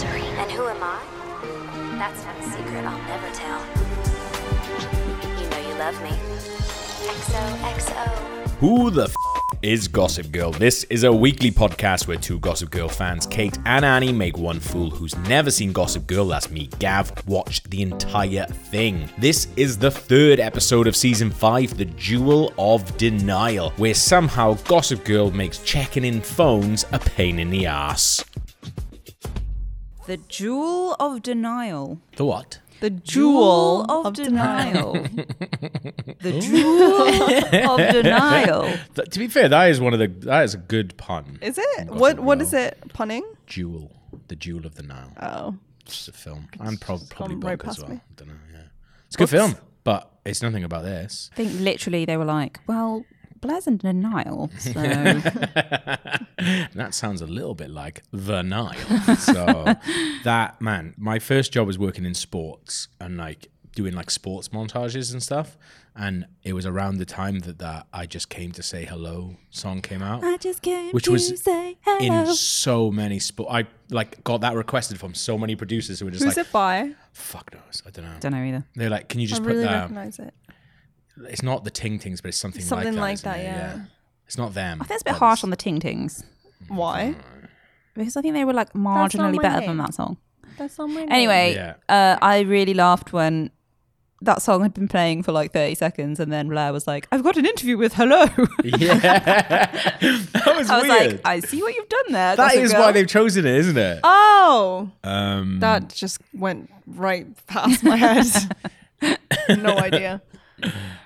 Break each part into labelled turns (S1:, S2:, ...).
S1: who am I? That's not a secret I'll never tell. You know you love me. XOXO.
S2: Who the f- is Gossip Girl? This is a weekly podcast where two Gossip Girl fans, Kate and Annie, make one fool who's never seen Gossip Girl, that's me, Gav, watch the entire thing. This is the third episode of season five, The Jewel of Denial, where somehow Gossip Girl makes checking in phones a pain in the ass.
S3: The jewel of denial.
S2: The what?
S3: The jewel, of, denial. the jewel of denial.
S2: Th- to be fair, that is one of the that is a good pun.
S4: Is it?
S2: Gossip
S4: What what
S2: Girl.
S4: is it? Punning?
S2: Jewel, the Jewel of the Nile.
S4: Oh.
S2: It's a film. I'm prob- probably
S4: gone right
S2: broke as
S4: past
S2: well.
S4: me.
S2: I don't know. Yeah, it's a good film, but it's nothing about this.
S3: I think literally they were like, well, Blair's in denial. So
S2: And that sounds a little bit like the Nile. so that man, my first job was working in sports and like doing like sports montages and stuff. And it was around the time that that I just came to say hello song came out.
S3: I just came
S2: Which
S3: to
S2: was
S3: say
S2: in
S3: hello.
S2: so many sport, I like got that requested from so many producers who were just
S4: Who's
S2: like,
S4: it by?
S2: "Fuck knows, I don't know."
S3: Don't know either.
S2: They're like, "Can you
S4: I
S2: just put
S4: really
S2: that?"
S4: recognize it.
S2: it's not the Ting Tings, but it's something,
S4: Something like
S2: like that. isn't
S4: that,
S2: it?
S4: yeah.
S2: It's not them.
S3: I think it's a bit harsh on the Ting Tings
S4: Why?
S3: because I think they were like
S4: not
S3: marginally
S4: my
S3: better
S4: name.
S3: than that song.
S4: That's on my
S3: Anyway,
S2: Yeah.
S3: uh, I really laughed when that song had been playing for like 30 seconds and then Blair was like, I've got an interview with Hello.
S2: Yeah. that was,
S3: I was
S2: weird.
S3: like, I see what you've done
S2: that
S3: there. Gossip
S2: is
S3: Girl." Uh,
S2: why they've chosen it, isn't it?
S4: Oh.
S2: Um,
S4: That just went right past my head. no idea.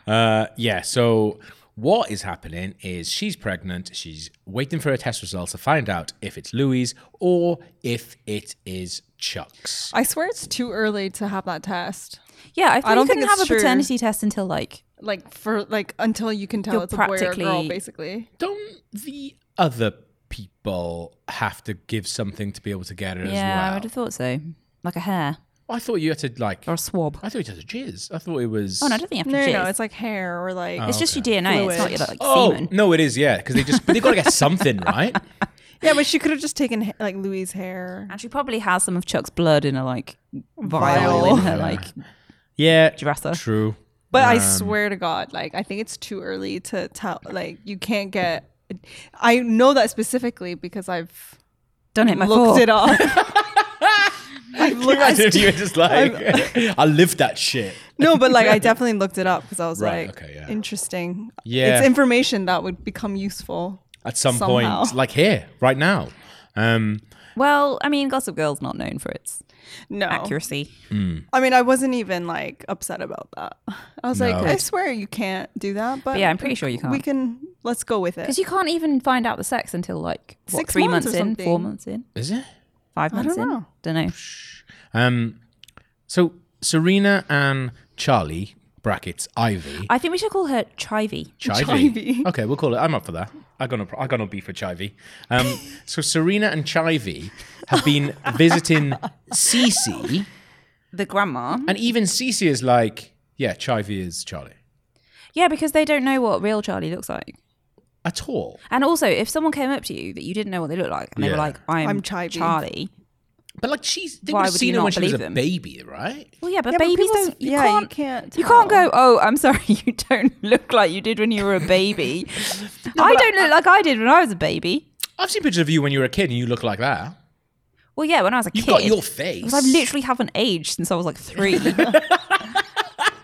S2: uh, yeah. So what is happening is she's pregnant. She's waiting for her test results to find out if it's Louise or if it is Chuck's.
S4: I swear it's too early to have that test.
S3: Yeah, I, thought
S4: don't
S3: you couldn't
S4: think it's
S3: have a
S4: true.
S3: paternity test until like
S4: Like for like until you can tell
S3: You're
S4: it's a boy or a girl,
S3: practically-
S4: basically.
S2: Don't the other people have to give something to be able to get it
S3: Yeah, I
S2: as
S3: would
S2: well?
S3: have thought so. Like a hair
S2: I thought you had to like.
S3: or a swab.
S2: I thought it was jizz. I thought it was.
S3: Oh no, I don't think you
S4: No,
S3: have to
S4: no,
S3: jizz.
S4: no, it's
S3: it's
S4: like hair or like
S3: just your DNA. It's not your like
S2: Oh,
S3: semen.
S2: no, it is. Yeah, because they just but they got to get something right.
S4: Yeah, but she could have just taken like Louis' hair.
S3: And she probably has some of Chuck's blood in a like vial
S4: Vial.
S3: in her like.
S2: Yeah,
S3: Dresser.
S2: True.
S4: But I swear to God, like I think it's too early to tell. Like you can't get. I know that specifically because I've
S3: Done it
S4: looked
S3: before.
S4: it up. I've looked, I
S2: Imagine if
S4: st-
S2: you were just like, I lived that shit.
S4: no, but like I definitely looked it up because I was
S2: Right,
S4: like,
S2: okay, yeah.
S4: interesting.
S2: Yeah.
S4: it's information that would become useful.
S2: At some
S4: Somehow.
S2: point, like here, right now. Um,
S3: Well, I mean, Gossip Girl's not known for its Oh.
S4: No,
S3: accuracy.
S4: I mean, I wasn't even like upset about that. I was like,
S2: No.
S4: I swear you can't do that. But
S3: yeah, I'm pretty sure you can't.
S4: We can. Let's go with it.
S3: Because you can't even find out the sex until like what,
S4: Six
S3: three
S4: months
S3: months,
S4: or
S3: in, four
S4: something.
S3: months in,
S2: is it?
S3: five months
S4: don't
S3: in.
S4: know.
S3: Don't know.
S2: Um, so Serena and Charlie brackets Ivy.
S3: I think we should call her Chivy.
S2: Chivy.
S4: Chivy.
S2: Okay, we'll call it. I'm up for that. I got no. pro- I got no beef with Chivy. Um, so Serena and Chivy have been visiting Cece,
S3: The grandma.
S2: and even Cece is like, yeah, Chivy is Charlie
S3: Yeah, because they don't know what real Charlie looks like.
S2: at all.
S3: And also, if someone came up to you that you didn't know what they looked like, and they
S2: Yeah.
S3: were like, "I'm,
S4: I'm Chivy."
S3: Charlie,"
S2: But like she's, they
S3: Why
S2: would have
S3: would
S2: seen
S3: you
S2: her when
S3: not
S2: she was a
S3: believe them?
S2: baby, right?
S3: well, yeah, but
S4: Yeah, but
S3: babies
S4: people s-
S3: don't. You
S4: yeah, you
S3: can't.
S4: can't
S3: You can't
S4: tell.
S3: go. Oh, I'm sorry. You don't look like you did when you were a baby. I don't look like I did when I was a baby.
S2: I've seen pictures of you when you were a kid and you look like that.
S3: Well, yeah, when I was a
S2: You've
S3: kid.
S2: got your face.
S3: Because I literally haven't aged since I was like three.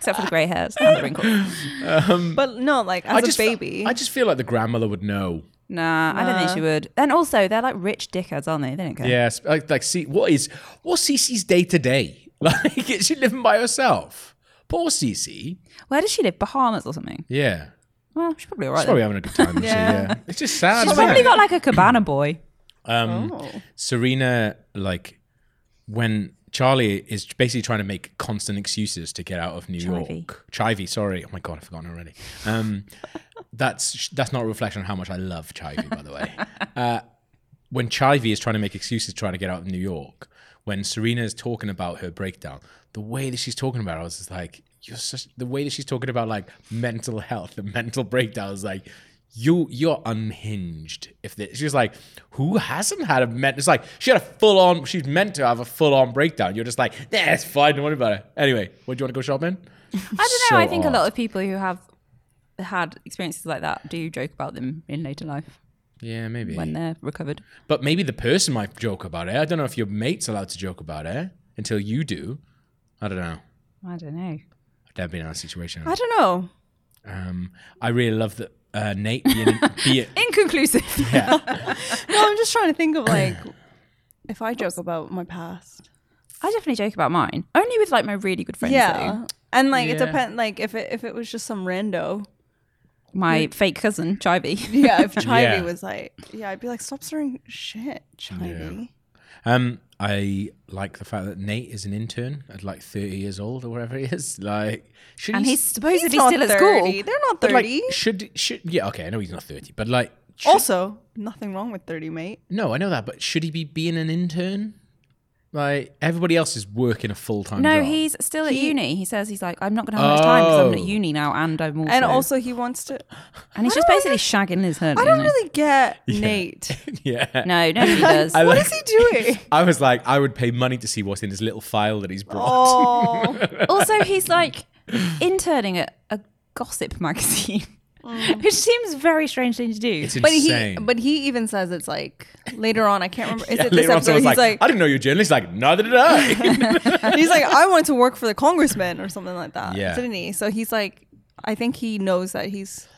S3: Except for the grey hairs and the wrinkles.
S4: but no, like as
S2: I
S4: a
S2: just fe-
S4: baby.
S2: I just feel like the grandmother would know.
S3: Nah, I don't think she would. And also, they're like rich dickheads, aren't they? They don't care.
S2: Yes, like like see what is what's Cece's day to day? Like is she living by herself? Poor Cece.
S3: Where does she live? Bahamas or something?
S2: Yeah,
S3: Well, she's probably
S2: she's
S3: alright.
S2: probably having a good time. isn't she? yeah.
S4: Yeah.
S2: it's just sad.
S3: She's
S2: isn't
S3: probably
S2: it?
S3: got like a cabana boy.
S2: um, Serena like when Charlie is basically trying to make constant excuses to get out of New
S3: Chivy.
S2: York. Chivy, sorry. Oh my god, I've forgotten already. Um, that's that's not a reflection on how much I love Chivy, by the way. Uh, when Chivy is trying to make excuses trying to get out of New York, when Serena is talking about her breakdown, the way that she's talking about it, I was just like, you're such the way that she's talking about like mental health and mental breakdown is like you you're unhinged. If the, she's like, who hasn't had a mental? It's like she had a full on. She's meant to have a full on breakdown. You're just like, nah, it's fine. Don't worry about it. Anyway, what do you want to go shopping?
S3: I don't know.
S2: So
S3: I think
S2: odd.
S3: a lot of people who have had experiences like that do joke about them in later life
S2: Yeah, maybe.
S3: when they're recovered.
S2: But maybe the person might joke about it. eh? I don't know if your mate's allowed to joke about it eh? until you do. I don't know.
S3: I don't know.
S2: I've never been in that situation.
S3: I don't know.
S2: Um, I really love that uh, Nate being, being
S3: Inconclusive.
S4: No, I'm just trying to think of like if I joke about my past.
S3: I definitely joke about mine. Only with like my really good friends.
S4: Yeah.
S3: though.
S4: And like it
S2: Yeah.
S4: depends like if it if it was just some rando.
S3: My fake cousin, Chivy.
S4: Yeah, if Chivy
S2: Yeah.
S4: was like yeah, I'd be like, Stop stirring shit, Chivy.
S2: Um, I like the fact that Nate is an intern at like 30 years old or whatever he is. Like, should
S3: and
S2: he
S3: he's
S2: s-
S3: supposedly
S4: not
S3: still at
S4: 30.
S3: school.
S4: They're not
S2: but, like,
S4: thirty.
S2: should should yeah? Okay, I know he's not 30, but like, should-
S4: also, nothing wrong with thirty, mate.
S2: no, I know that, but should he be being an intern? Like everybody else is working a full time.
S3: No,
S2: job.
S3: he's still at uni. He says he's like, I'm not going to have much time because I'm
S2: Oh.
S3: at uni now, and I'm also
S4: And also he wants to
S3: and he's just basically shagging his head.
S4: I don't really get Nate.
S2: yeah.
S3: No, nobody does.
S2: I
S4: What
S2: like-
S4: is he doing?
S2: I was like, I would pay money to see what's in his little file that he's brought.
S4: Oh,
S3: also, he's like interning at a gossip magazine, which seems very strange thing to do.
S2: It's
S4: but
S2: insane.
S4: he but he even says it's like later on. I can't remember. Is
S2: Yeah,
S4: it this
S2: later on,
S4: episode?
S2: someone's
S4: He's
S2: like,
S4: like,
S2: I didn't know you were a journalist. He's like, neither did I.
S4: he's like, I wanted to work for the congressman or something like that,
S2: Yeah.
S4: didn't he? So he's like, I think he knows that he's.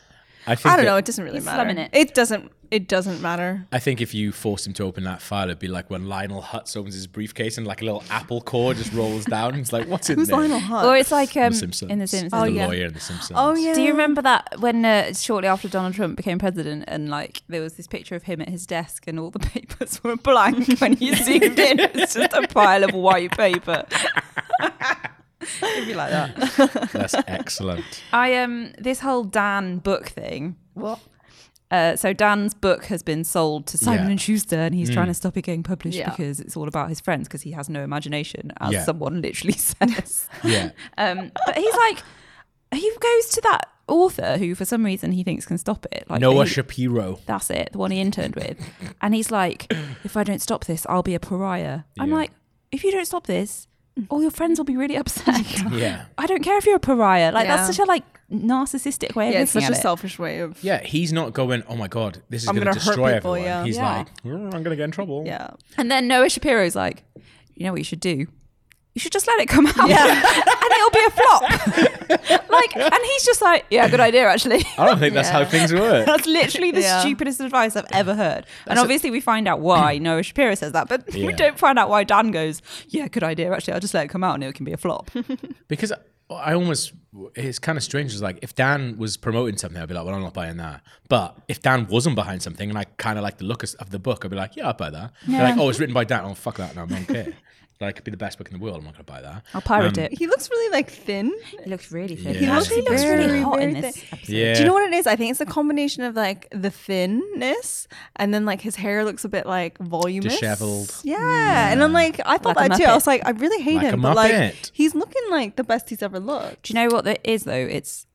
S2: think
S4: I don't
S2: that-
S4: know. It doesn't really
S3: He's
S4: matter.
S3: slumming it.
S4: doesn't. It doesn't matter.
S2: I think if you forced him to open that file, it'd be like when Lionel Hutz opens his briefcase and like a little apple core just rolls down. And it's like, what's in
S4: Who's
S2: there?
S4: Lionel Hutz?
S3: or it's like um,
S2: The Simpsons.
S3: in The Simpsons.
S2: The
S4: yeah.
S2: lawyer in The Simpsons.
S4: oh yeah.
S3: Do you remember that when uh, shortly after Donald Trump became president, and like there was this picture of him at his desk, and all the papers were blank when he zoomed in? It's just a pile of white paper. It'd be like that.
S2: That's excellent.
S3: I um this whole Dan book thing.
S2: What?
S3: Uh, so Dan's book has been sold to Simon
S2: Yeah. Hmm.
S3: and Schuster, and he's trying to stop it getting published
S4: Yeah.
S3: because it's all about his friends because he has no imagination, as
S2: Yeah.
S3: someone literally says.
S2: Yeah.
S3: Um, but he's like, he goes to that author who, for some reason, he thinks can stop it. Like
S2: Noah
S3: he-
S2: Shapiro.
S3: that's it, the one he interned with, and he's like, if I don't stop this, I'll be a pariah. I'm
S2: Yeah.
S3: like, if you don't stop this, all your friends will be really upset.
S2: Yeah.
S3: I don't care if you're a pariah. Like
S4: Yeah.
S3: that's such a like narcissistic way of
S4: Yeah, it's
S3: looking
S4: such
S3: at
S4: a
S3: it.
S4: selfish way of.
S2: Yeah, he's not going, oh my God, this is
S4: I'm
S2: going to
S4: gonna hurt
S2: destroy
S4: people,
S2: everyone.
S4: yeah.
S2: He's
S3: Yeah.
S2: like, "Mm, I'm going to get in trouble.
S4: Yeah.
S3: And then Noah Shapiro's like, you know what you should do? You should just let it come out. and it'll be a flop. like, and he's just like, yeah, good idea, actually.
S2: I don't think that's how
S4: Yeah.
S2: things work.
S3: That's literally the
S4: Yeah.
S3: stupidest advice I've ever heard. and obviously, we find out why Noah Shapiro says that, but
S2: Yeah.
S3: we don't find out why Dan goes, yeah, good idea, actually. I'll just let it come out and it can be a flop.
S2: Because I- I almost, it's kind of strange. It's like if Dan was promoting something, I'd be like, well, I'm not buying that. But if Dan wasn't behind something and I kind of like the look of- of the book, I'd be like, yeah, I'll buy that. They're like, oh, it's written by Dan. Oh, fuck that. No, I don't care. Like, it could be the best book in the world. I'm not going to buy that.
S4: Oh,
S3: I'll pirate it.
S4: He looks really like thin.
S3: He looks really thin.
S2: He looks- he
S3: Actually,
S2: looks
S4: very, very thin.
S3: episode.
S2: Yeah.
S4: Do you know what it is? I think it's a combination of like the thinness and then like his hair looks a bit like voluminous.
S2: Disheveled.
S4: Yeah. And I'm like, I thought
S3: Like a
S4: that too. I
S3: Muppet.
S4: was like, I really hate
S2: Like a
S4: him, but like
S2: Muppet.
S4: he's looking like the best he's ever looked.
S3: Do you know what that is, though? It's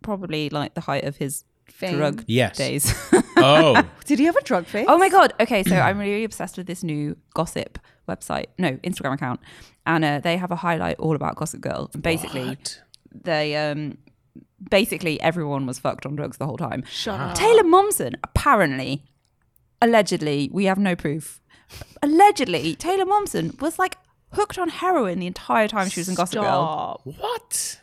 S3: probably like the height of his
S4: Fame.
S3: drug
S2: Yes.
S3: days.
S2: Oh,
S4: Did he have a drug face?
S3: Oh my god. Okay, so I'm really obsessed with this new gossip website, no Instagram account, and uh, they have a highlight all about Gossip Girl. And basically,
S2: What?
S3: they um, basically everyone was fucked on drugs the whole time.
S4: Shut
S2: Ah.
S4: up.
S3: Taylor Momsen apparently, allegedly, we have no proof. Allegedly, Taylor Momsen was like hooked on heroin the entire time she was in Gossip Girl.
S4: Stop.
S2: what?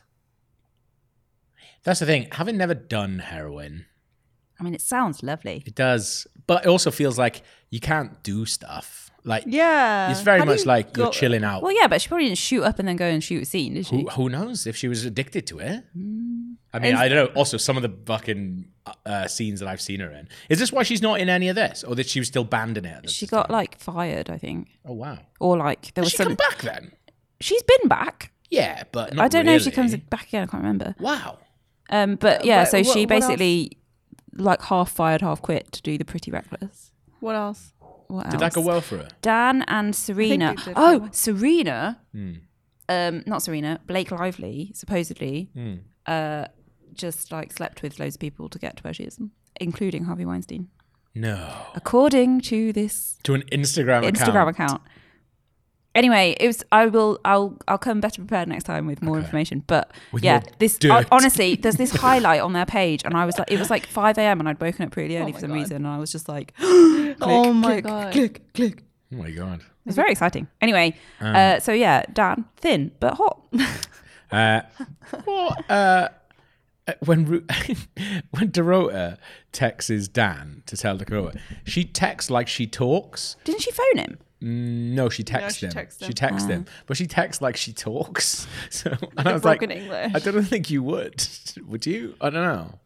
S2: That's the thing. Having never done heroin,
S3: I mean, it sounds lovely.
S2: it does, but it also feels like you can't do stuff. Like,
S4: Yeah.
S2: it's very
S4: How do
S2: much
S4: you
S2: like
S4: go-
S2: you're chilling out.
S3: Well, yeah, but she probably didn't shoot up and then go and shoot a scene, did she?
S2: Who, who knows if she was addicted to it?
S3: Mm.
S2: I mean, I don't know. Also, some of the fucking uh, uh, scenes that I've seen her in. Is this why she's not in any of this, or that she was still banned in it? at the
S3: She
S2: time?
S3: got like fired, I think,
S2: Oh wow.
S3: or like there
S2: Did
S3: was
S2: she
S3: some.
S2: come back then?
S3: She's been back.
S2: Yeah, but
S3: I don't know if she
S2: really.
S3: comes back again. I can't remember.
S2: Wow.
S3: Um, but yeah,
S4: Uh, but
S3: so
S4: what-
S3: she
S4: what else?
S3: basically like half fired, half quit to do the Pretty Reckless.
S4: What else?
S3: What else?
S2: Did that go well for her?
S3: Dan and Serena.
S4: they did
S3: Oh,
S4: well.
S3: Serena.
S2: Hmm.
S3: Um, not Serena. Blake
S2: Hmm.
S3: Lively supposedly uh, just like slept with loads of people to get to where she is. including Harvey Weinstein.
S2: No.
S3: According to this
S2: To an Instagram,
S3: Instagram account. Anyway, it was. I will. I'll. I'll come better prepared next time with more information. But
S2: With
S3: yeah,
S2: more
S3: this
S2: dirt.
S3: hon- honestly, there's this highlight on their page, and I was like, it was like 5 a.m. and I'd woken up really early for some reason, and I was just like,
S4: oh my god.
S2: Oh my god.
S3: It was very exciting. Anyway,
S2: Um.
S3: uh, so yeah, Dan, thin but hot.
S2: Uh, what? Uh, uh, when Ru- when Dorota texts Dan to tell Dakota, she texts like she talks.
S3: Didn't she phone him?
S2: Mm, No, she texts
S4: she
S2: him.
S4: texts
S2: She
S4: him.
S2: texts him, but she texts like she talks. So and I
S4: a
S2: was like,
S4: broken English.
S2: I don't think you would. Would you? I don't know.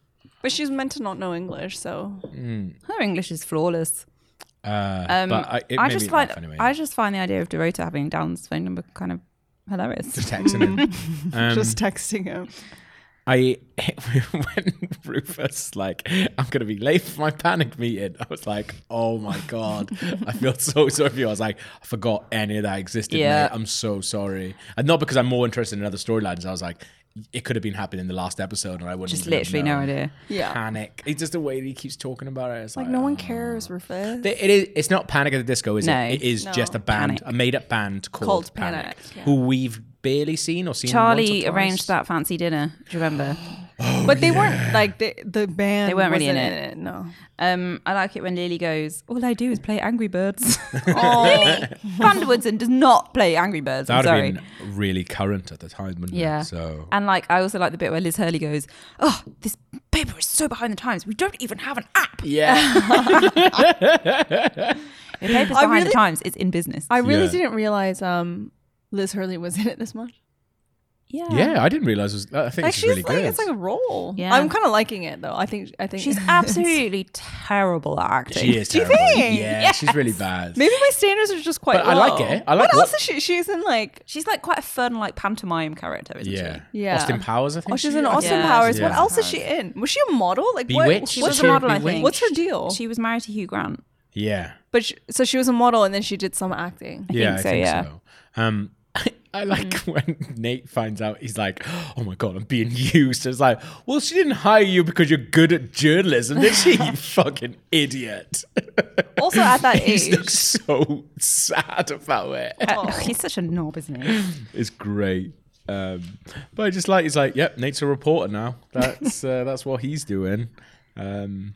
S4: But she's meant to not know English, so
S3: Her English is flawless.
S2: Uh,
S3: Um,
S2: but I, it
S3: I
S2: made
S3: just
S2: me
S3: find
S2: laugh anyway.
S3: I just find the idea of Dorota having Dan's phone number kind of hilarious.
S2: texting him. Um,
S4: just texting him.
S2: I when Rufus like I'm gonna be late for my panic meeting. I was like, oh my god, I feel so sorry for you. I was like, I forgot any of that existed.
S3: Yeah.
S2: Mate. I'm so sorry, and not because I'm more interested in other storylines. I was like, it could have been happening in the last episode, and I wouldn't
S3: Just
S2: even have
S3: literally no
S2: known.
S3: idea.
S4: Yeah.
S2: Panic. It's just the way that he keeps talking about it. It's like,
S4: Like no one
S2: oh.
S4: cares, Rufus.
S2: Th- It is. It's not Panic at the Disco, is
S3: No.
S2: it? It is
S4: No.
S2: just a band,
S3: Panic.
S2: a made-up band called,
S4: Called
S2: Panic,
S4: Panic, yeah.
S2: who we've barely seen or seen. once
S3: Charlie
S2: or twice.
S3: arranged that fancy dinner. Do you remember?
S4: but they weren't like the the band.
S3: They weren't really in
S4: wasn't
S3: it.
S4: No.
S3: Um, I like it when Lily goes. All I do is play Angry Birds.
S4: Oh,
S3: Vanderwoodson does not play Angry Birds.
S2: That
S3: I'm
S2: would have
S3: sorry.
S2: been really current at the time, wouldn't
S3: Yeah.
S2: it? So
S3: And like, I also like the bit where Liz Hurley goes, "Oh, this paper is so behind the times. We don't even have an app.
S2: yeah,
S3: The paper's
S4: I
S3: behind the
S4: really-
S3: times. It's in business.
S4: I really
S2: Yeah.
S4: didn't realize um Liz Hurley was in it this much.
S3: yeah.
S2: yeah. I didn't realize. Was, I think
S4: Like
S2: this
S4: she's
S2: is really
S4: like
S2: good.
S4: it's like a role.
S3: Yeah.
S4: I'm kind of liking it though. I think I think
S3: She's absolutely terrible at acting.
S2: she is.
S4: Do you
S2: terrible.
S4: think?
S2: Yeah, she's really bad.
S4: Maybe my standards are just quite.
S2: But I like
S4: low.
S2: it. I like
S4: what, else
S2: what-
S4: is she? She's in like.
S3: She's like quite a fun, like pantomime character, isn't
S2: yeah.
S3: she?
S4: Yeah.
S2: Austin Powers, I think.
S4: Oh, she's
S2: she
S4: in
S2: is.
S4: Austin
S3: Yeah,
S4: Powers.
S2: she's in
S4: What else
S3: Austin
S4: is she in? Was she a model? Like
S2: Bewitched.
S4: what?
S2: She
S3: She
S4: what's
S3: was a
S2: she
S4: her-
S3: model, I
S2: Bewitched?
S3: think.
S4: What's her deal?
S3: She was married to Hugh Grant.
S2: Yeah,
S4: But she, so she was a model, and then she did some acting.
S2: yeah.
S3: think so,
S2: I think
S3: yeah. Mm.
S2: so. Um, I like when Nate finds out. He's like, "Oh my god, I'm being used." It's like, well, she didn't hire you because you're good at journalism, did she? you fucking idiot.
S4: Also at that
S2: He's
S4: age.
S2: looks so sad about it.
S3: Uh, He's such a knob, isn't he?
S2: It's great. Um, but I just like he's like, yep, Nate's a reporter now. That's uh, that's what he's doing. Um,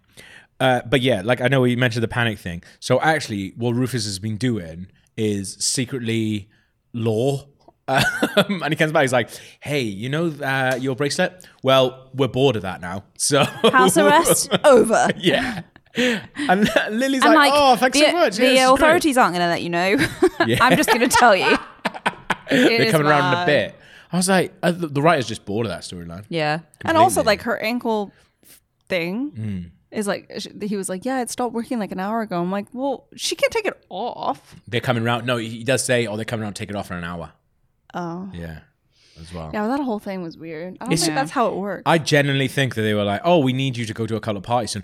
S2: uh, but yeah, like I know you mentioned the panic thing. So actually, what Rufus has been doing is secretly law. Um, and he comes back. He's like, "Hey, you know uh, your bracelet? Well, we're bored of that now. So
S3: House arrest over.
S2: yeah." And Lily's
S3: And
S2: like,
S3: like,
S2: "Oh, thanks
S3: the,
S2: so much.
S3: The
S2: Yeah, this is great."
S3: authorities aren't going to let you know.
S2: Yeah.
S3: I'm just going to tell you.
S2: They're
S4: is
S2: coming around in a
S4: mad.
S2: bit." I was like, uh, "The the writer's just bored of that storyline."
S3: Yeah.
S4: and also
S2: completely.
S4: like her ankle thing
S2: Mm.
S4: is like sh- he was like yeah it stopped working like an hour ago i'm like well she can't take it off
S2: They're coming round. No, he does say, "Oh, they're coming round. Take it off in an hour."
S4: oh
S2: Yeah, as well.
S4: yeah that whole thing was weird i don't
S2: It's-
S4: think that's how it works
S2: I genuinely think that they were like, "Oh, we need you to go to a couple of parties soon."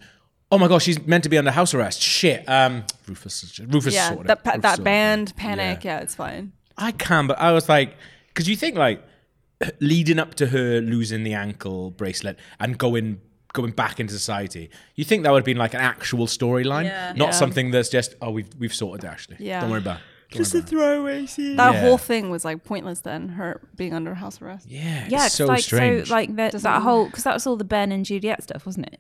S2: Oh my gosh, she's meant to be under house arrest. Shit. Um, Rufus. Rufus.
S4: yeah
S2: sorted it.
S4: that, pa-
S2: Rufus sorted
S4: that
S2: it.
S4: band panic yeah. it's fine
S2: I can, but I was like, because you think like leading up to her losing the ankle bracelet and going going back into society, you think that would have been like an actual storyline,
S3: Yeah.
S2: not
S4: Yeah.
S2: something that's just, "Oh, we've we've sorted it, Ashley.
S4: Yeah.
S2: Don't worry about." it. Don't worry about it."
S4: throwaway scene that
S2: Yeah.
S4: whole thing was like pointless then her being under house arrest yeah,
S2: Yeah, it's
S3: Yeah, 'cause,
S2: so
S3: like
S2: strange.
S3: so like that, that whole because that was all the Ben and Juliet stuff, wasn't it?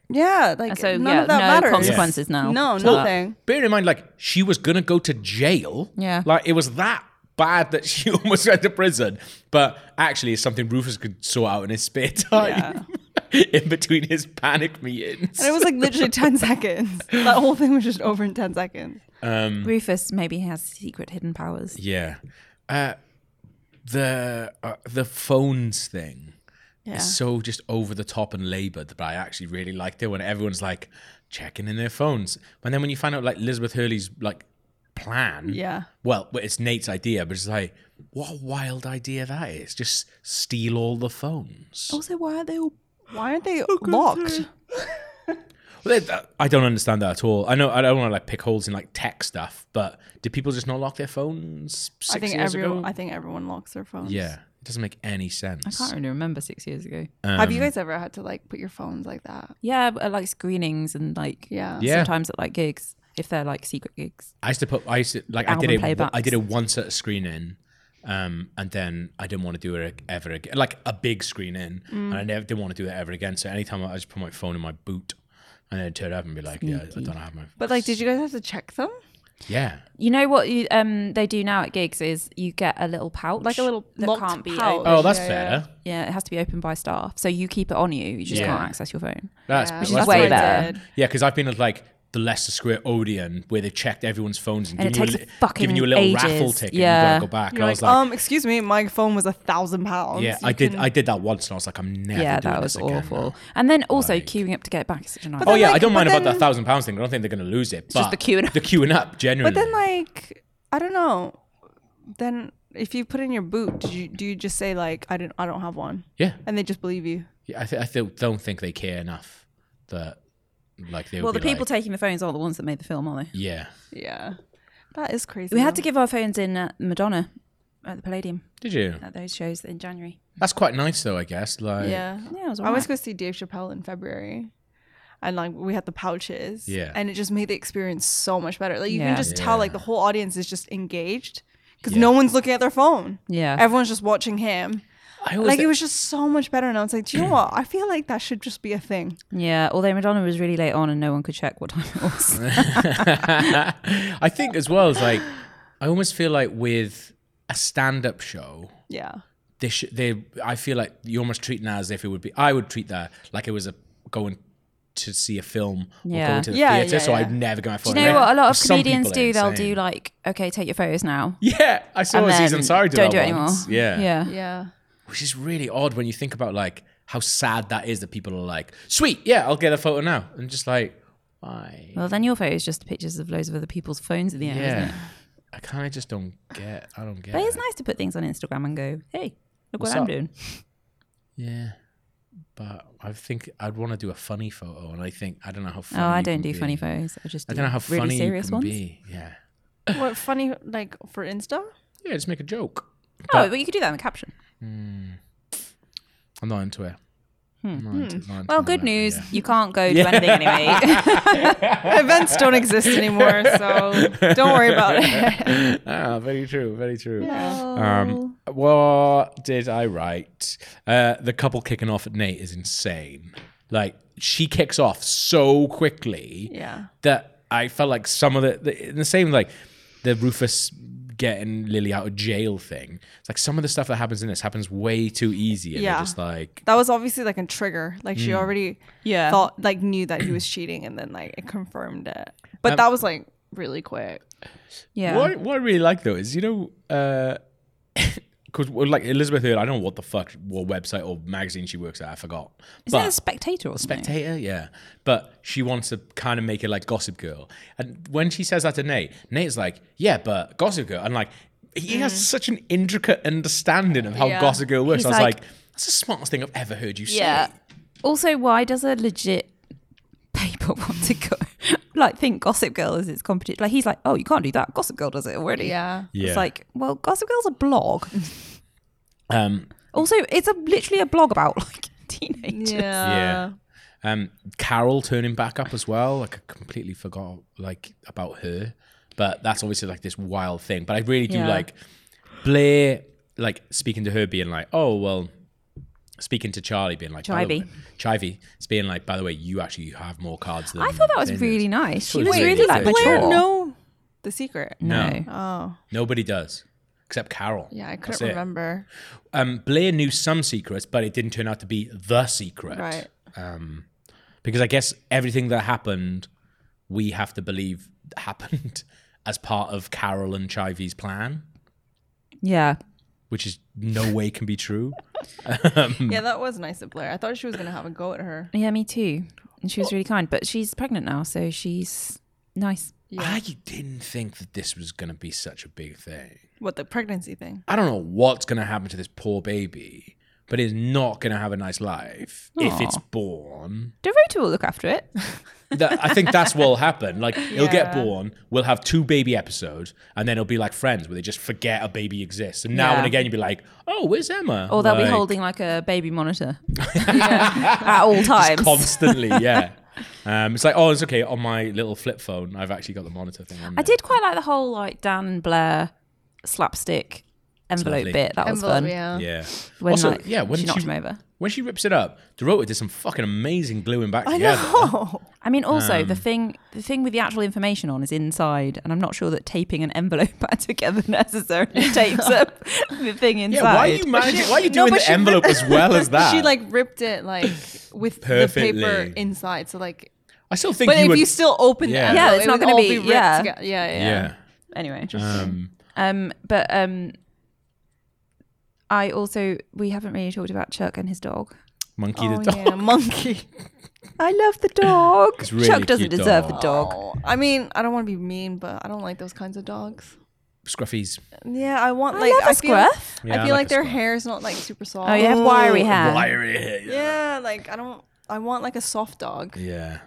S4: like
S3: So
S4: none
S3: yeah,
S4: of that
S3: no
S4: matters
S3: consequences now.
S4: no
S3: So-
S4: nothing
S2: Bearing in mind, like she was gonna go to jail.
S3: Yeah.
S2: Like it was that bad that she almost went to prison. But actually, it's something Rufus could sort out in his spare time, in between his panic meetings.
S4: and it was like literally 10 seconds that whole thing was just over in 10 seconds
S3: Rufus maybe has secret hidden powers.
S2: yeah. Uh, the uh, the phones thing.
S4: yeah
S2: It's so just over the top and labored, but I actually really liked it when everyone's like checking in their phones. And then when you find out like Elizabeth Hurley's like plan,
S4: Yeah.
S2: well, but it's Nate's idea, but it's like what a wild idea that is. Just steal all the phones.
S4: Oh.
S3: Also, why are they all?
S4: why aren't they locked
S2: Well, that- I don't understand that at all. I know I don't want to like pick holes in like tech stuff, but did people just not lock their phones six
S4: i think
S2: years
S4: everyone
S2: ago?
S4: i think everyone locks their phones
S2: yeah. It doesn't make any sense.
S3: I can't really remember six years ago.
S4: Have
S2: Um,
S4: you guys ever had to like put your phones like that?
S3: Yeah, but at like screenings and like
S4: Yeah.
S2: Yeah.
S3: sometimes at like gigs if they're like secret gigs.
S2: I used to put. I used to like. I
S3: Album
S2: did it.
S3: playbacks.
S2: I did it once at a screen in, um, and then I didn't want to do it ever again. Like a big screen in, and I never didn't want to do that ever again. So anytime I I just put my phone in my boot, and then turn it up and be like, yeah, I don't have my.
S4: But like, did you guys have to check them?
S2: Yeah.
S3: You know what you, um they do now at gigs is you get a little pouch,
S4: Like a little
S3: that
S4: locked
S3: can't be
S4: pouch.
S3: opened.
S2: Oh, that's
S4: Yeah, yeah.
S2: better.
S3: Yeah, it has to be opened by staff, so you keep it on you. You just
S2: Yeah.
S3: can't access your phone.
S2: That's
S4: Yeah.
S3: Which is
S2: that's
S3: way
S2: the way to do
S3: better.
S2: it. Yeah, because I've been at like the Leicester Square Odeon where they checked everyone's phones and,
S3: And it
S2: giving,
S3: takes
S2: you a, li-
S3: fucking
S2: giving you a little raffle
S3: ages.
S2: ticket.
S3: Yeah.
S2: And you've got to go back.
S4: You're
S2: and I
S4: like,
S2: was like,
S4: um, excuse me, my phone was a thousand pounds.
S2: yeah,
S4: You
S2: I did.
S4: can-
S2: I did that once, and I was like, I'm never.
S3: yeah,
S2: doing
S3: that was
S2: this again.
S3: awful. And then also
S2: Like-
S3: queuing up to get back is such a nightmare.
S2: Oh yeah, I
S4: like,
S2: don't
S4: but
S2: mind about that
S4: then-
S2: thousand pounds thing. I don't think they're going to lose it.
S3: just
S2: but
S3: the queuing up.
S2: The queuing up, genuinely.
S4: But then, like, I don't know. Then, if you put in your boot, did you, do you just say like, I didn't, I don't have one,
S2: yeah,
S4: and they just believe you?
S2: yeah I, th- I th- don't think they care enough that, like, they.
S3: well,
S2: would
S3: the
S2: be
S3: people
S2: like,
S3: taking the phones aren't the ones that made the film, are they?
S2: yeah.
S4: Yeah, that is crazy.
S3: We had to give our phones in at Madonna at the Palladium
S2: Did you?
S3: at those shows in January.
S2: That's quite nice, though. I guess. Like.
S4: Yeah,
S3: Yeah, it was
S4: I always
S3: alright.
S4: go see Dave Chappelle in February. And like we had the pouches,
S2: Yeah.
S4: and it just made the experience so much better. Like you
S3: Yeah.
S4: can just tell, like
S2: Yeah.
S4: the whole audience is just engaged because no one's looking at their phone.
S3: Yeah.
S4: everyone's just watching him.
S2: I always
S4: Like
S2: thi-
S4: it was just so much better, and I was like, do you know what? I feel like that should just be a thing.
S3: Yeah, although Madonna was really late on and no one could check what time it was.
S2: I think as well as like, I almost feel like with a stand-up show,
S4: Yeah,
S2: they sh- they I feel like you're almost treating that as if it would be I would treat that like it was a going to see a film or
S3: Yeah.
S2: going to the
S4: Yeah,
S2: theatre,
S4: yeah,
S2: so
S4: yeah.
S2: I'd never get my phone.
S3: Do you know
S2: out.
S3: what? A lot of
S2: Some
S3: comedians
S2: people are
S3: do. They'll
S2: insane.
S3: do like, okay, take your photos now.
S2: Yeah, I saw
S3: and
S2: Aziz
S3: then
S2: Ansari do that
S3: not do it
S2: once.
S3: anymore.
S2: Yeah.
S3: Yeah.
S4: yeah.
S2: Which is really odd when you think about like how sad that is that people are like, sweet, yeah, I'll get a photo now. And just like, why?
S3: Well, then your photo is just pictures of loads of other people's phones at the end, isn't
S2: yeah.
S3: it?
S2: I kind of just don't get I don't get
S3: But it's
S2: it.
S3: nice to put things on Instagram and go, hey, look
S2: What's
S3: what I'm
S2: up?
S3: doing. Oh,
S2: Yeah. But I think I'd want to do a funny photo and I think I don't know how funny
S3: Oh, I
S2: you
S3: don't
S2: can
S3: do
S2: be.
S3: funny photos. I just do
S2: I don't know how
S3: really
S2: funny
S3: serious
S2: you can
S3: ones.
S2: be. Yeah.
S4: What funny like for Insta?
S2: Yeah, just make a joke.
S3: Oh, but you could do that in the caption.
S2: I'm not into it. I'm not into- not into
S3: Hmm. Well,
S2: that,
S3: good news.
S2: yeah.
S3: You can't go do anything anyway.
S4: Events don't exist anymore, so don't worry about it.
S2: ah, very true. Very true. Um, what did I write? Uh, the couple kicking off at Nate is insane. Like she kicks off so quickly
S4: Yeah.
S2: that I felt like some of the, the in the same like the Rufus getting Lily out of jail thing. It's like some of the stuff that happens in this happens way too easy. And yeah.
S4: Yeah.
S2: Just like
S4: That was obviously like a trigger. Like she already
S3: Yeah.
S4: thought like knew that he was cheating and then like it confirmed it. But that was like really quick.
S3: yeah.
S2: What, what I really like though is you know, because like Elizabeth Hurd, I don't know what the fuck what website or magazine she works at. I forgot.
S3: Is
S2: but
S3: that a spectator or something?
S2: spectator, yeah. But she wants to kind of make it like Gossip Girl, and when she says that to Nate, Nate's like, "Yeah, but Gossip Girl," and like he has such an intricate understanding of how
S4: Yeah.
S2: Gossip Girl works.
S3: Mm. He's
S2: I was like,
S3: like-
S2: "That's the smartest thing I've ever heard you
S3: Yeah.
S2: say."
S3: Also, why does a legit paper want to go like think Gossip Girl is its competition? Like he's like, oh, you can't do that. Gossip Girl does it already.
S4: Yeah.
S2: Yeah.
S3: It's like, well, Gossip Girl's a blog.
S2: Um,
S3: also, it's a literally a blog about like teenagers. Uh,
S2: Yeah. Um, Carol turning back up as well. Like I completely forgot like about her, but that's obviously like this wild thing. But I really do
S3: Yeah.
S2: like Blair, like speaking to her, being like, "Oh well," speaking to Charlie, being like, by the
S3: Chivey.
S2: way- Chivey, it's being like, "By the way, you actually have more cards than."
S3: I thought that was
S2: than this."
S3: really nice. She
S2: It
S3: was really like
S2: good.
S3: mature.
S4: Blair know the secret.
S3: No.
S2: No.
S4: Oh.
S2: Nobody does except Carol.
S4: Yeah, I
S2: That's
S4: couldn't
S2: it.
S4: remember.
S2: Um, Blair knew some secrets, but it didn't turn out to be the secret.
S4: Right.
S2: Um, because I guess everything that happened, we have to believe happened as part of Carol and Chivey's plan,
S3: Yeah.
S2: which is no way can be true.
S4: Yeah, that was nice of Blair. I thought she was gonna have a go at her.
S3: Yeah, me too. And she was really kind, but she's pregnant now, so she's nice.
S2: I didn't think that this was going to be such a big thing.
S4: What the pregnancy thing.
S2: I don't know what's going to happen to this poor baby, but is not going to have a nice life if it's born.
S3: Dorota will look after it.
S2: That, I think that's what'll happen. Like, it'll get
S4: Yeah.
S2: born, we'll have two baby episodes, and then it'll be like Friends, where they just forget a baby exists. And now
S3: Yeah.
S2: and again, you'll be like, oh, where's Emma?
S3: Or they'll be
S2: Like,
S3: holding like a baby monitor at all times.
S2: constantly, yeah. Um, it's like, oh, it's okay. On my little flip phone, I've actually got the monitor thing on.
S3: I
S2: there.
S3: did quite like the whole like Dan Blair slapstick envelope
S2: lovely.
S3: bit. That was
S4: Envelope,
S3: fun.
S4: yeah.
S2: Yeah.
S3: When
S2: also,
S3: like,
S2: yeah, when
S3: she
S2: she,
S3: knocked him over.
S2: when she rips it up, Dorota did some fucking amazing gluing back
S4: I
S2: together.
S4: know.
S3: I mean, also
S2: Um.
S3: the thing the thing with the actual information on is inside, and I'm not sure that taping an envelope back together necessarily tapes up the thing inside.
S2: Yeah, why are you managing? Why are you
S4: No,
S2: doing
S4: but
S2: the
S4: she-
S2: envelope as well as that?
S4: She like ripped it like with the paper
S2: Perfectly.
S4: inside. So like,
S2: I still think
S4: but
S2: you
S4: if
S2: would.
S4: you still open
S2: Yeah.
S4: the
S2: Yeah,
S4: envelope,
S3: it's
S4: it
S3: not
S4: would
S3: gonna
S4: all
S3: be-
S4: ripped
S3: yeah.
S4: together. Yeah, yeah.
S2: yeah.
S3: anyway?
S2: Um,
S3: Um, but um, I also we haven't really talked about Chuck and his dog.
S2: monkey
S4: Oh,
S2: the dog.
S4: yeah, monkey.
S3: I love the dog.
S2: It's really
S3: Chuck doesn't
S2: cute
S3: deserve
S2: dog.
S3: the dog.
S4: Oh, I mean, I don't want to be mean, but I don't like those kinds of dogs.
S2: Scruffy's
S4: Yeah, I want
S3: I
S4: like
S3: love a
S4: I feel,
S3: scruff.
S2: Yeah,
S4: I
S2: I
S4: feel
S2: like
S4: like,
S2: a
S4: their
S2: scruff.
S4: hair is not like super soft.
S3: Oh, you have wiry hair.
S2: wiry hair. Yeah.
S4: Yeah, like I don't. I want like a soft dog.
S2: yeah.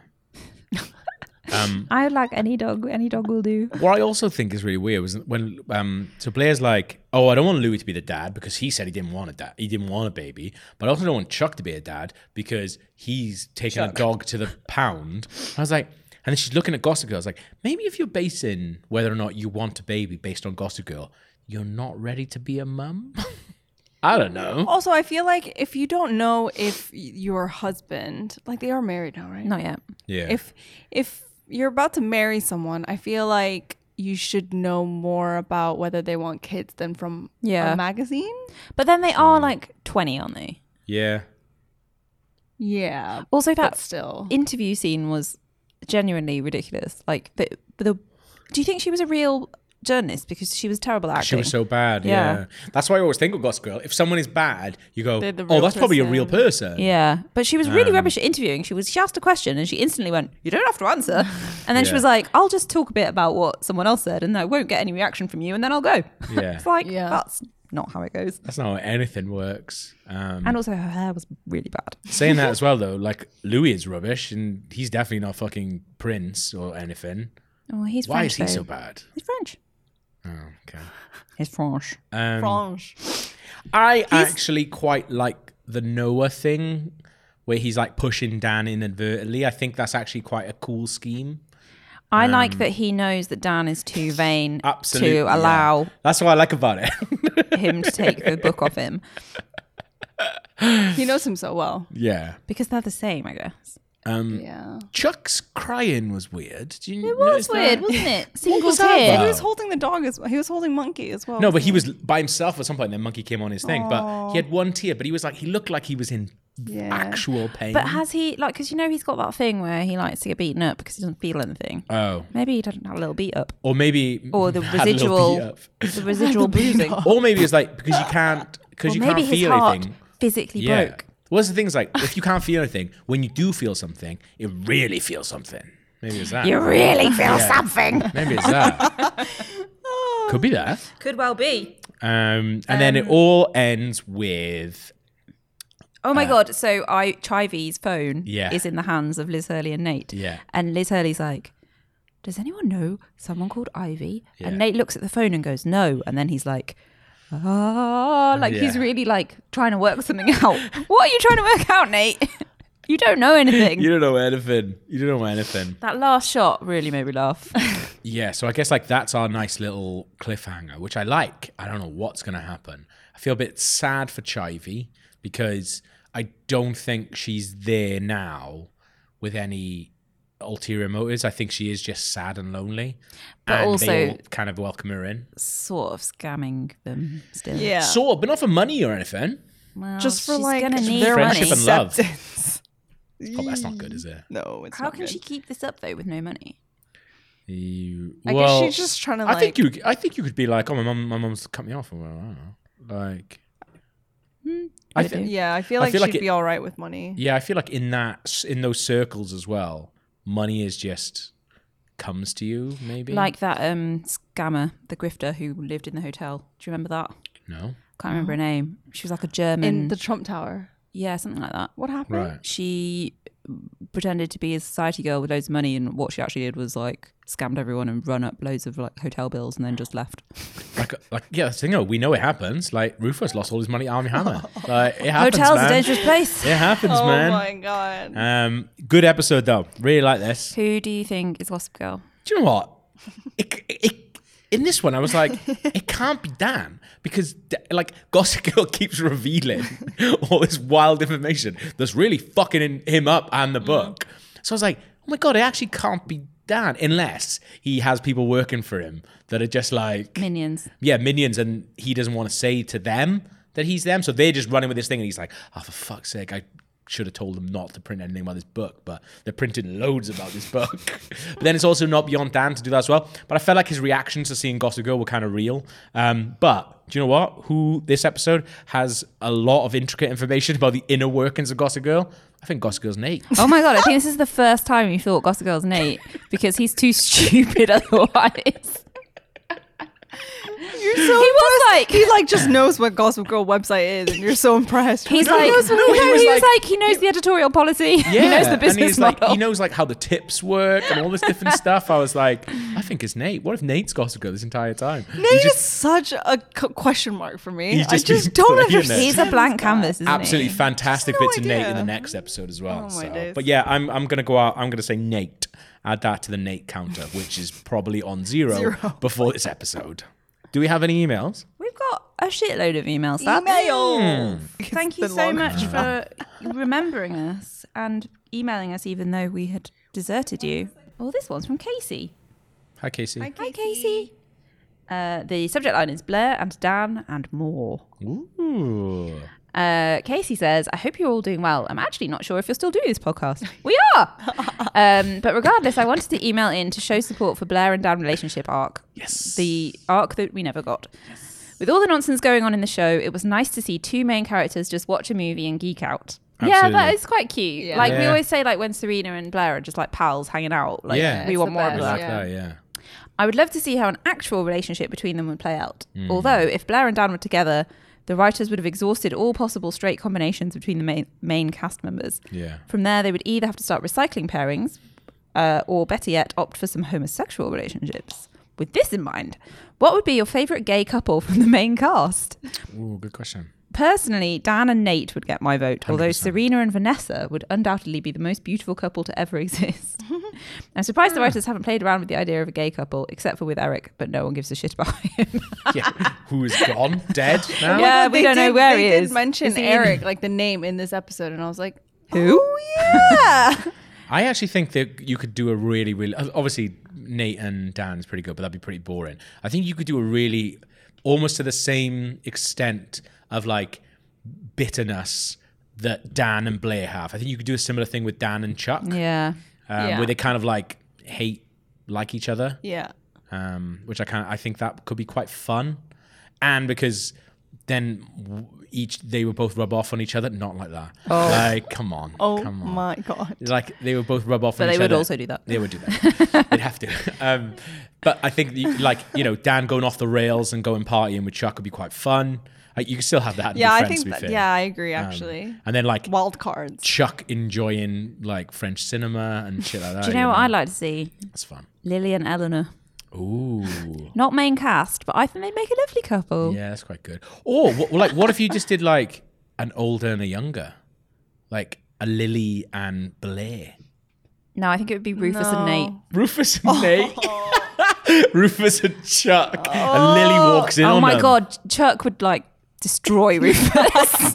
S2: um,
S3: I like any dog. Any dog will do.
S2: what I also think is really weird was when um, so Blair's like, "Oh, I don't want Louis to be the dad because he said he didn't want a dad. He didn't want a baby, but I also don't want Chuck to be a dad because he's taking a dog to the pound." I was like, and then she's looking at Gossip Girl. I was like, maybe if you're basing whether or not you want a baby based on Gossip Girl, you're not ready to be a mum. I don't know.
S4: Also, I feel like if you don't know if y- your husband, like they are married now, right?
S3: Not yet.
S2: Yeah.
S4: If if you're about to marry someone, I feel like you should know more about whether they want kids than from
S3: Yeah.
S4: a magazine.
S3: But then they are like 20, aren't they?
S2: yeah.
S4: Yeah,
S3: Also,
S4: but
S3: that
S4: still,
S3: interview scene was genuinely ridiculous. Like, the, the do you think she was a real journalist because she was terrible at acting?
S2: She was so bad. Yeah.
S3: Yeah.
S2: That's why I always think of Gossip Girl. If someone is bad, you go,
S4: They're the
S2: oh,
S4: real
S2: that's probably a real person.
S3: yeah, but she was really
S2: Um,
S3: rubbish at interviewing. She was she asked a question and she instantly went, "You don't have to answer," and then she
S2: Yeah.
S3: was like, "I'll just talk a bit about what someone else said, and I won't get any reaction from you, and then I'll go."
S2: Yeah.
S3: it's like
S4: Yeah.
S3: that's not how it goes.
S2: That's not how anything works. Um,
S3: And also, her hair was really bad.
S2: saying that as well, though, like Louis is rubbish and he's definitely not fucking Prince or anything.
S3: Oh, he's
S2: why
S3: French.
S2: is he so
S3: though.
S2: bad?
S3: He's French.
S2: Oh, okay.
S3: He's French.
S2: Um,
S4: Franche.
S2: I actually quite like the Noah thing where he's like pushing Dan inadvertently. I think that's actually quite a cool scheme.
S3: I like that he knows that Dan is too vain
S2: um, Absolutely.
S3: to allow
S2: yeah. That's what I like about it.
S3: him to take the book off him
S4: he knows him so well.
S2: yeah.
S3: because they're the same, I guess.
S2: Mm.
S4: Yeah.
S2: Chuck's crying was weird. Did you it
S3: That's weird, wasn't it? Single
S4: was that?
S3: tear.
S4: He was holding the dog as well. He was holding monkey as well.
S2: No, but he was by himself at some point. Then Monkey came on his thing, but he had one tear. But he was like, he looked like he was in
S4: Yeah.
S2: actual pain.
S3: But has he like? Because you know he's got that thing where he likes to get beaten up because he doesn't feel anything.
S2: oh,
S3: Maybe he doesn't have a little beat up
S2: or maybe
S3: or the
S2: had a little
S3: residual,
S2: beat
S3: the residual bruising.
S2: up. or maybe it's like because you can't because
S3: Or
S2: you
S3: maybe
S2: can't
S3: his
S2: feel
S3: heart
S2: anything.
S3: physically
S2: Yeah.
S3: broke.
S2: Well, that's the thing is like if you can't feel anything, when you do feel something, it really feels something. Maybe it's that.
S3: You really feel something.
S2: maybe it's that. Could be that.
S3: Could well be.
S2: Um, and then it all ends with
S3: Oh my god! So I Chivy's phone
S2: Uh, Yeah.
S3: is in the hands of Liz Hurley and Nate.
S2: Yeah.
S3: and Liz Hurley's like, "Does anyone know someone called Ivy?"
S2: Yeah.
S3: And Nate looks at the phone and goes, "No," and then he's like. Ah, like he's
S2: Yeah.
S3: really like trying to work something out. what are you trying to work out, Nate? you don't know anything.
S2: you don't know anything. You don't know anything.
S3: That last shot really made me laugh.
S2: Yeah, so I guess like that's our nice little cliffhanger, which I like. I don't know what's going to happen. I feel a bit sad for Chivy because I don't think she's there now with any ulterior motives. I think she is just sad and lonely.
S3: But
S2: and they
S3: also-
S2: all kind of welcome her in.
S3: sort of scamming them still.
S4: Yeah.
S2: Sort of, but not for money or anything.
S3: Well,
S4: Just for
S3: Oh, she's
S4: like
S3: gonna need
S2: their
S3: money.
S2: friendship and love.
S4: acceptance.
S2: Oh, that's not good, is it?
S4: No, it's
S3: How
S4: not
S3: can
S4: good.
S3: she keep this up though with no money?
S2: You,
S4: I guess she's just trying to.
S2: I think
S4: like-
S2: you. I think you could be like, oh, my mum, my mum's cut me off. Or, well, I don't know. Like, I
S4: Hmm,
S3: I
S2: think.
S3: do.
S4: Yeah, I feel
S2: I
S4: like
S2: feel like
S4: she'd
S2: it-
S4: be all right with money.
S2: Yeah, I feel like in that in those circles as well, money is just comes to you maybe.
S3: Like that um scammer, the grifter who lived in the hotel. Do you remember that?
S2: No.
S3: Can't remember her name. She was like a German.
S4: Uh-huh. in the Trump Tower.
S3: yeah, something like that.
S4: What happened?
S2: Right.
S3: She pretended to be a society girl with loads of money, and what she actually did was like scammed everyone and run up loads of like hotel bills and then just left.
S2: Like, uh, like yeah, that's the thing. though, We know it happens. Like Rufus lost all his money at Army Hammer. Like it happens.
S3: Hotel's
S2: man.
S3: a dangerous place.
S2: It happens,
S4: Oh
S2: man.
S4: my god.
S2: Um, good episode though. Really like this.
S3: Who do you think is Gossip Girl?
S2: Do you know what? It, it, in this one, I was like, it can't be Dan because d- like Gossip Girl keeps revealing all this wild information that's really fucking in, him up and the book. So I was like, oh my god, it actually can't be Dan unless he has people working for him that are just like
S3: Minions.
S2: yeah, minions, and he doesn't want to say to them that he's them. So they're just running with this thing, and he's like, oh, for fuck's sake, I should have told them not to print anything about this book, but they're printing loads about this book. but then it's also not beyond Dan to do that as well. But I felt like his reactions to seeing Gossip Girl were kind of real. Um, but do you know what? Who this episode has a lot of intricate information about the inner workings of Gossip Girl? I think Gossip Girl's Nate.
S3: Oh my god, I think this is the first time you thought Gossip Girl's Nate because he's too stupid otherwise.
S4: You're so he was like he like just knows what Gossip Girl website is, and you're so impressed.
S3: He's
S4: You're
S3: like,
S4: "Oh,
S3: no, he, was like, he knows the editorial policy. he knows the
S2: and
S3: business
S2: he's
S3: model.
S2: like he knows like how the tips work and all this different stuff. I was like, I think it's Nate. What if Nate's Gossip Girl this entire time? He
S4: Nate
S2: just
S4: is such a c- question mark for me.
S2: He's
S4: I
S2: just
S4: just
S2: being
S4: don't
S2: playing it.
S4: understand.
S3: he's a blank canvas, isn't
S2: absolutely
S3: he?
S2: fantastic
S4: no
S2: bits of Nate in
S4: idea.
S2: the next episode as well.
S4: Oh my
S2: so.
S4: days.
S2: But yeah, I'm I'm gonna go out. I'm gonna say Nate. Add that to the Nate counter, which is probably on zero,
S4: Zero.
S2: before this episode. Do we have any emails?
S3: We've got a shitload of emails. That's-
S2: Mm.
S4: Email.
S3: Thank you
S4: been
S3: so
S4: long.
S3: much for remembering us and emailing us, even though we had deserted you. Oh, this one's from Casey.
S2: Hi, Casey.
S3: Hi, Casey. Uh, the subject line is Blair and Dan and more.
S2: Ooh.
S3: Uh, Casey says, I hope you're all doing well. I'm actually not sure if you're still doing this podcast. We are! um, but regardless, I wanted to email in to show support for Blair and Dan relationship arc.
S2: Yes.
S3: The arc that we never got. With all the nonsense going on in the show, it was nice to see two main characters just watch a movie and geek out. Yeah, that
S2: Absolutely.
S3: is quite cute.
S4: Yeah.
S3: Like we
S2: Yeah.
S3: always say, like when Serena and Blair are just like pals hanging out. Like
S2: Yeah.
S3: we
S2: It's
S3: want
S4: the
S3: more of
S4: best.
S2: We
S3: that.
S2: like
S4: Yeah.
S2: that, yeah.
S3: I would love to see how an actual relationship between them would play out. Although, if Blair and Dan were together, the writers would have exhausted all possible straight combinations between the main, main cast members.
S2: Yeah.
S3: From there, they would either have to start recycling pairings, uh, or better yet, opt for some homosexual relationships. With this in mind, what would be your favourite gay couple from the main cast?
S2: Ooh, good question.
S3: Personally, Dan and Nate would get my vote, although
S2: 100%.
S3: Serena and Vanessa would undoubtedly be the most beautiful couple to ever exist. I'm surprised the writers haven't played around with the idea of a gay couple, except for with Eric, but no one gives a shit about him.
S2: Yeah. Who is gone? Dead now?
S3: Yeah.
S4: But
S3: we
S4: they
S3: don't know
S4: did-
S3: where
S4: they
S3: he
S4: did
S3: is.
S4: Mention
S3: Is he in-
S4: Eric, like the name in this episode, and I was like, "Oh,
S3: Who?
S4: yeah.
S2: I actually think that you could do a really, really. Obviously, Nate and Dan is pretty good, but that'd be pretty boring. I think you could do a really, almost to the same extent of like bitterness that Dan and Blair have. I think you could do a similar thing with Dan and Chuck,
S3: Yeah.
S2: um,
S4: Yeah.
S2: where they kind of like hate like each other
S4: yeah.
S2: um, which I kind of, I think that could be quite fun, and because then w- each they would both rub off on each other. Not like that. Like, come on.
S4: Oh
S2: come on.
S4: my god.
S2: Like they would both rub off. But on
S3: they
S2: each
S3: would
S2: other.
S3: also do that.
S2: They would do that. They'd have to. Um, but I think the, like you know Dan going off the rails and going partying with Chuck would be quite fun. Like, you could still have that. and be
S4: Yeah, I
S2: friends,
S4: think.
S2: to be
S4: That,
S2: fair.
S4: yeah, I agree. Actually,
S2: And then like
S4: wild cards.
S2: Chuck enjoying like French cinema and shit like that.
S3: Do you know what I'd like to see?
S2: That's fun.
S3: Lily and Eleanor.
S2: Ooh.
S3: Not main cast, but I think they'd make a lovely couple.
S2: Yeah, that's quite good. Or wh- like, what if you just did like an older and a younger, like a Lily and Blair,
S3: Oh. No, I think it would be Rufus and Nate.
S2: Rufus and Nate, Rufus and Chuck, and Lily walks in.
S3: oh
S2: on
S3: my
S2: them.
S3: god, Chuck would like destroy Rufus.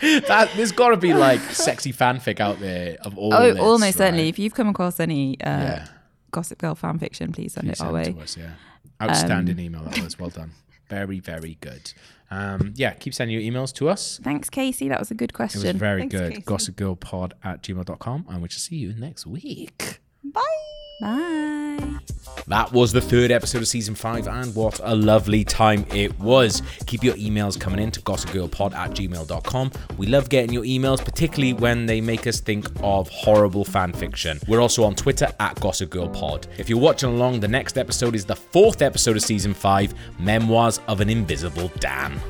S2: That- there's got to be like sexy fanfic out there of all.
S3: oh,
S2: this,
S3: almost certainly.
S2: right?
S3: If you've come across any uh,
S2: Yeah,
S3: Gossip Girl fan fiction, please send it our
S2: send it
S3: way.
S2: to us, yeah. Outstanding email that was. Well done. Very, very good. Um, yeah, keep sending your emails to us.
S3: Thanks, Casey. That was a good
S2: It was
S3: question.
S2: very
S4: Thanks,
S2: good.
S4: Casey.
S2: Gossipgirlpod at gmail.com. And we shall see you next week.
S4: Bye.
S3: Bye.
S2: That was the third episode of season five, and what a lovely time it was. Keep your emails coming in to gossipgirlpod at gmail.com. We love getting your emails, particularly when they make us think of horrible fan fiction. We're also on Twitter at gossipgirlpod. If you're watching along, the next episode is the fourth episode of season five Memoirs of an Invisible Dan.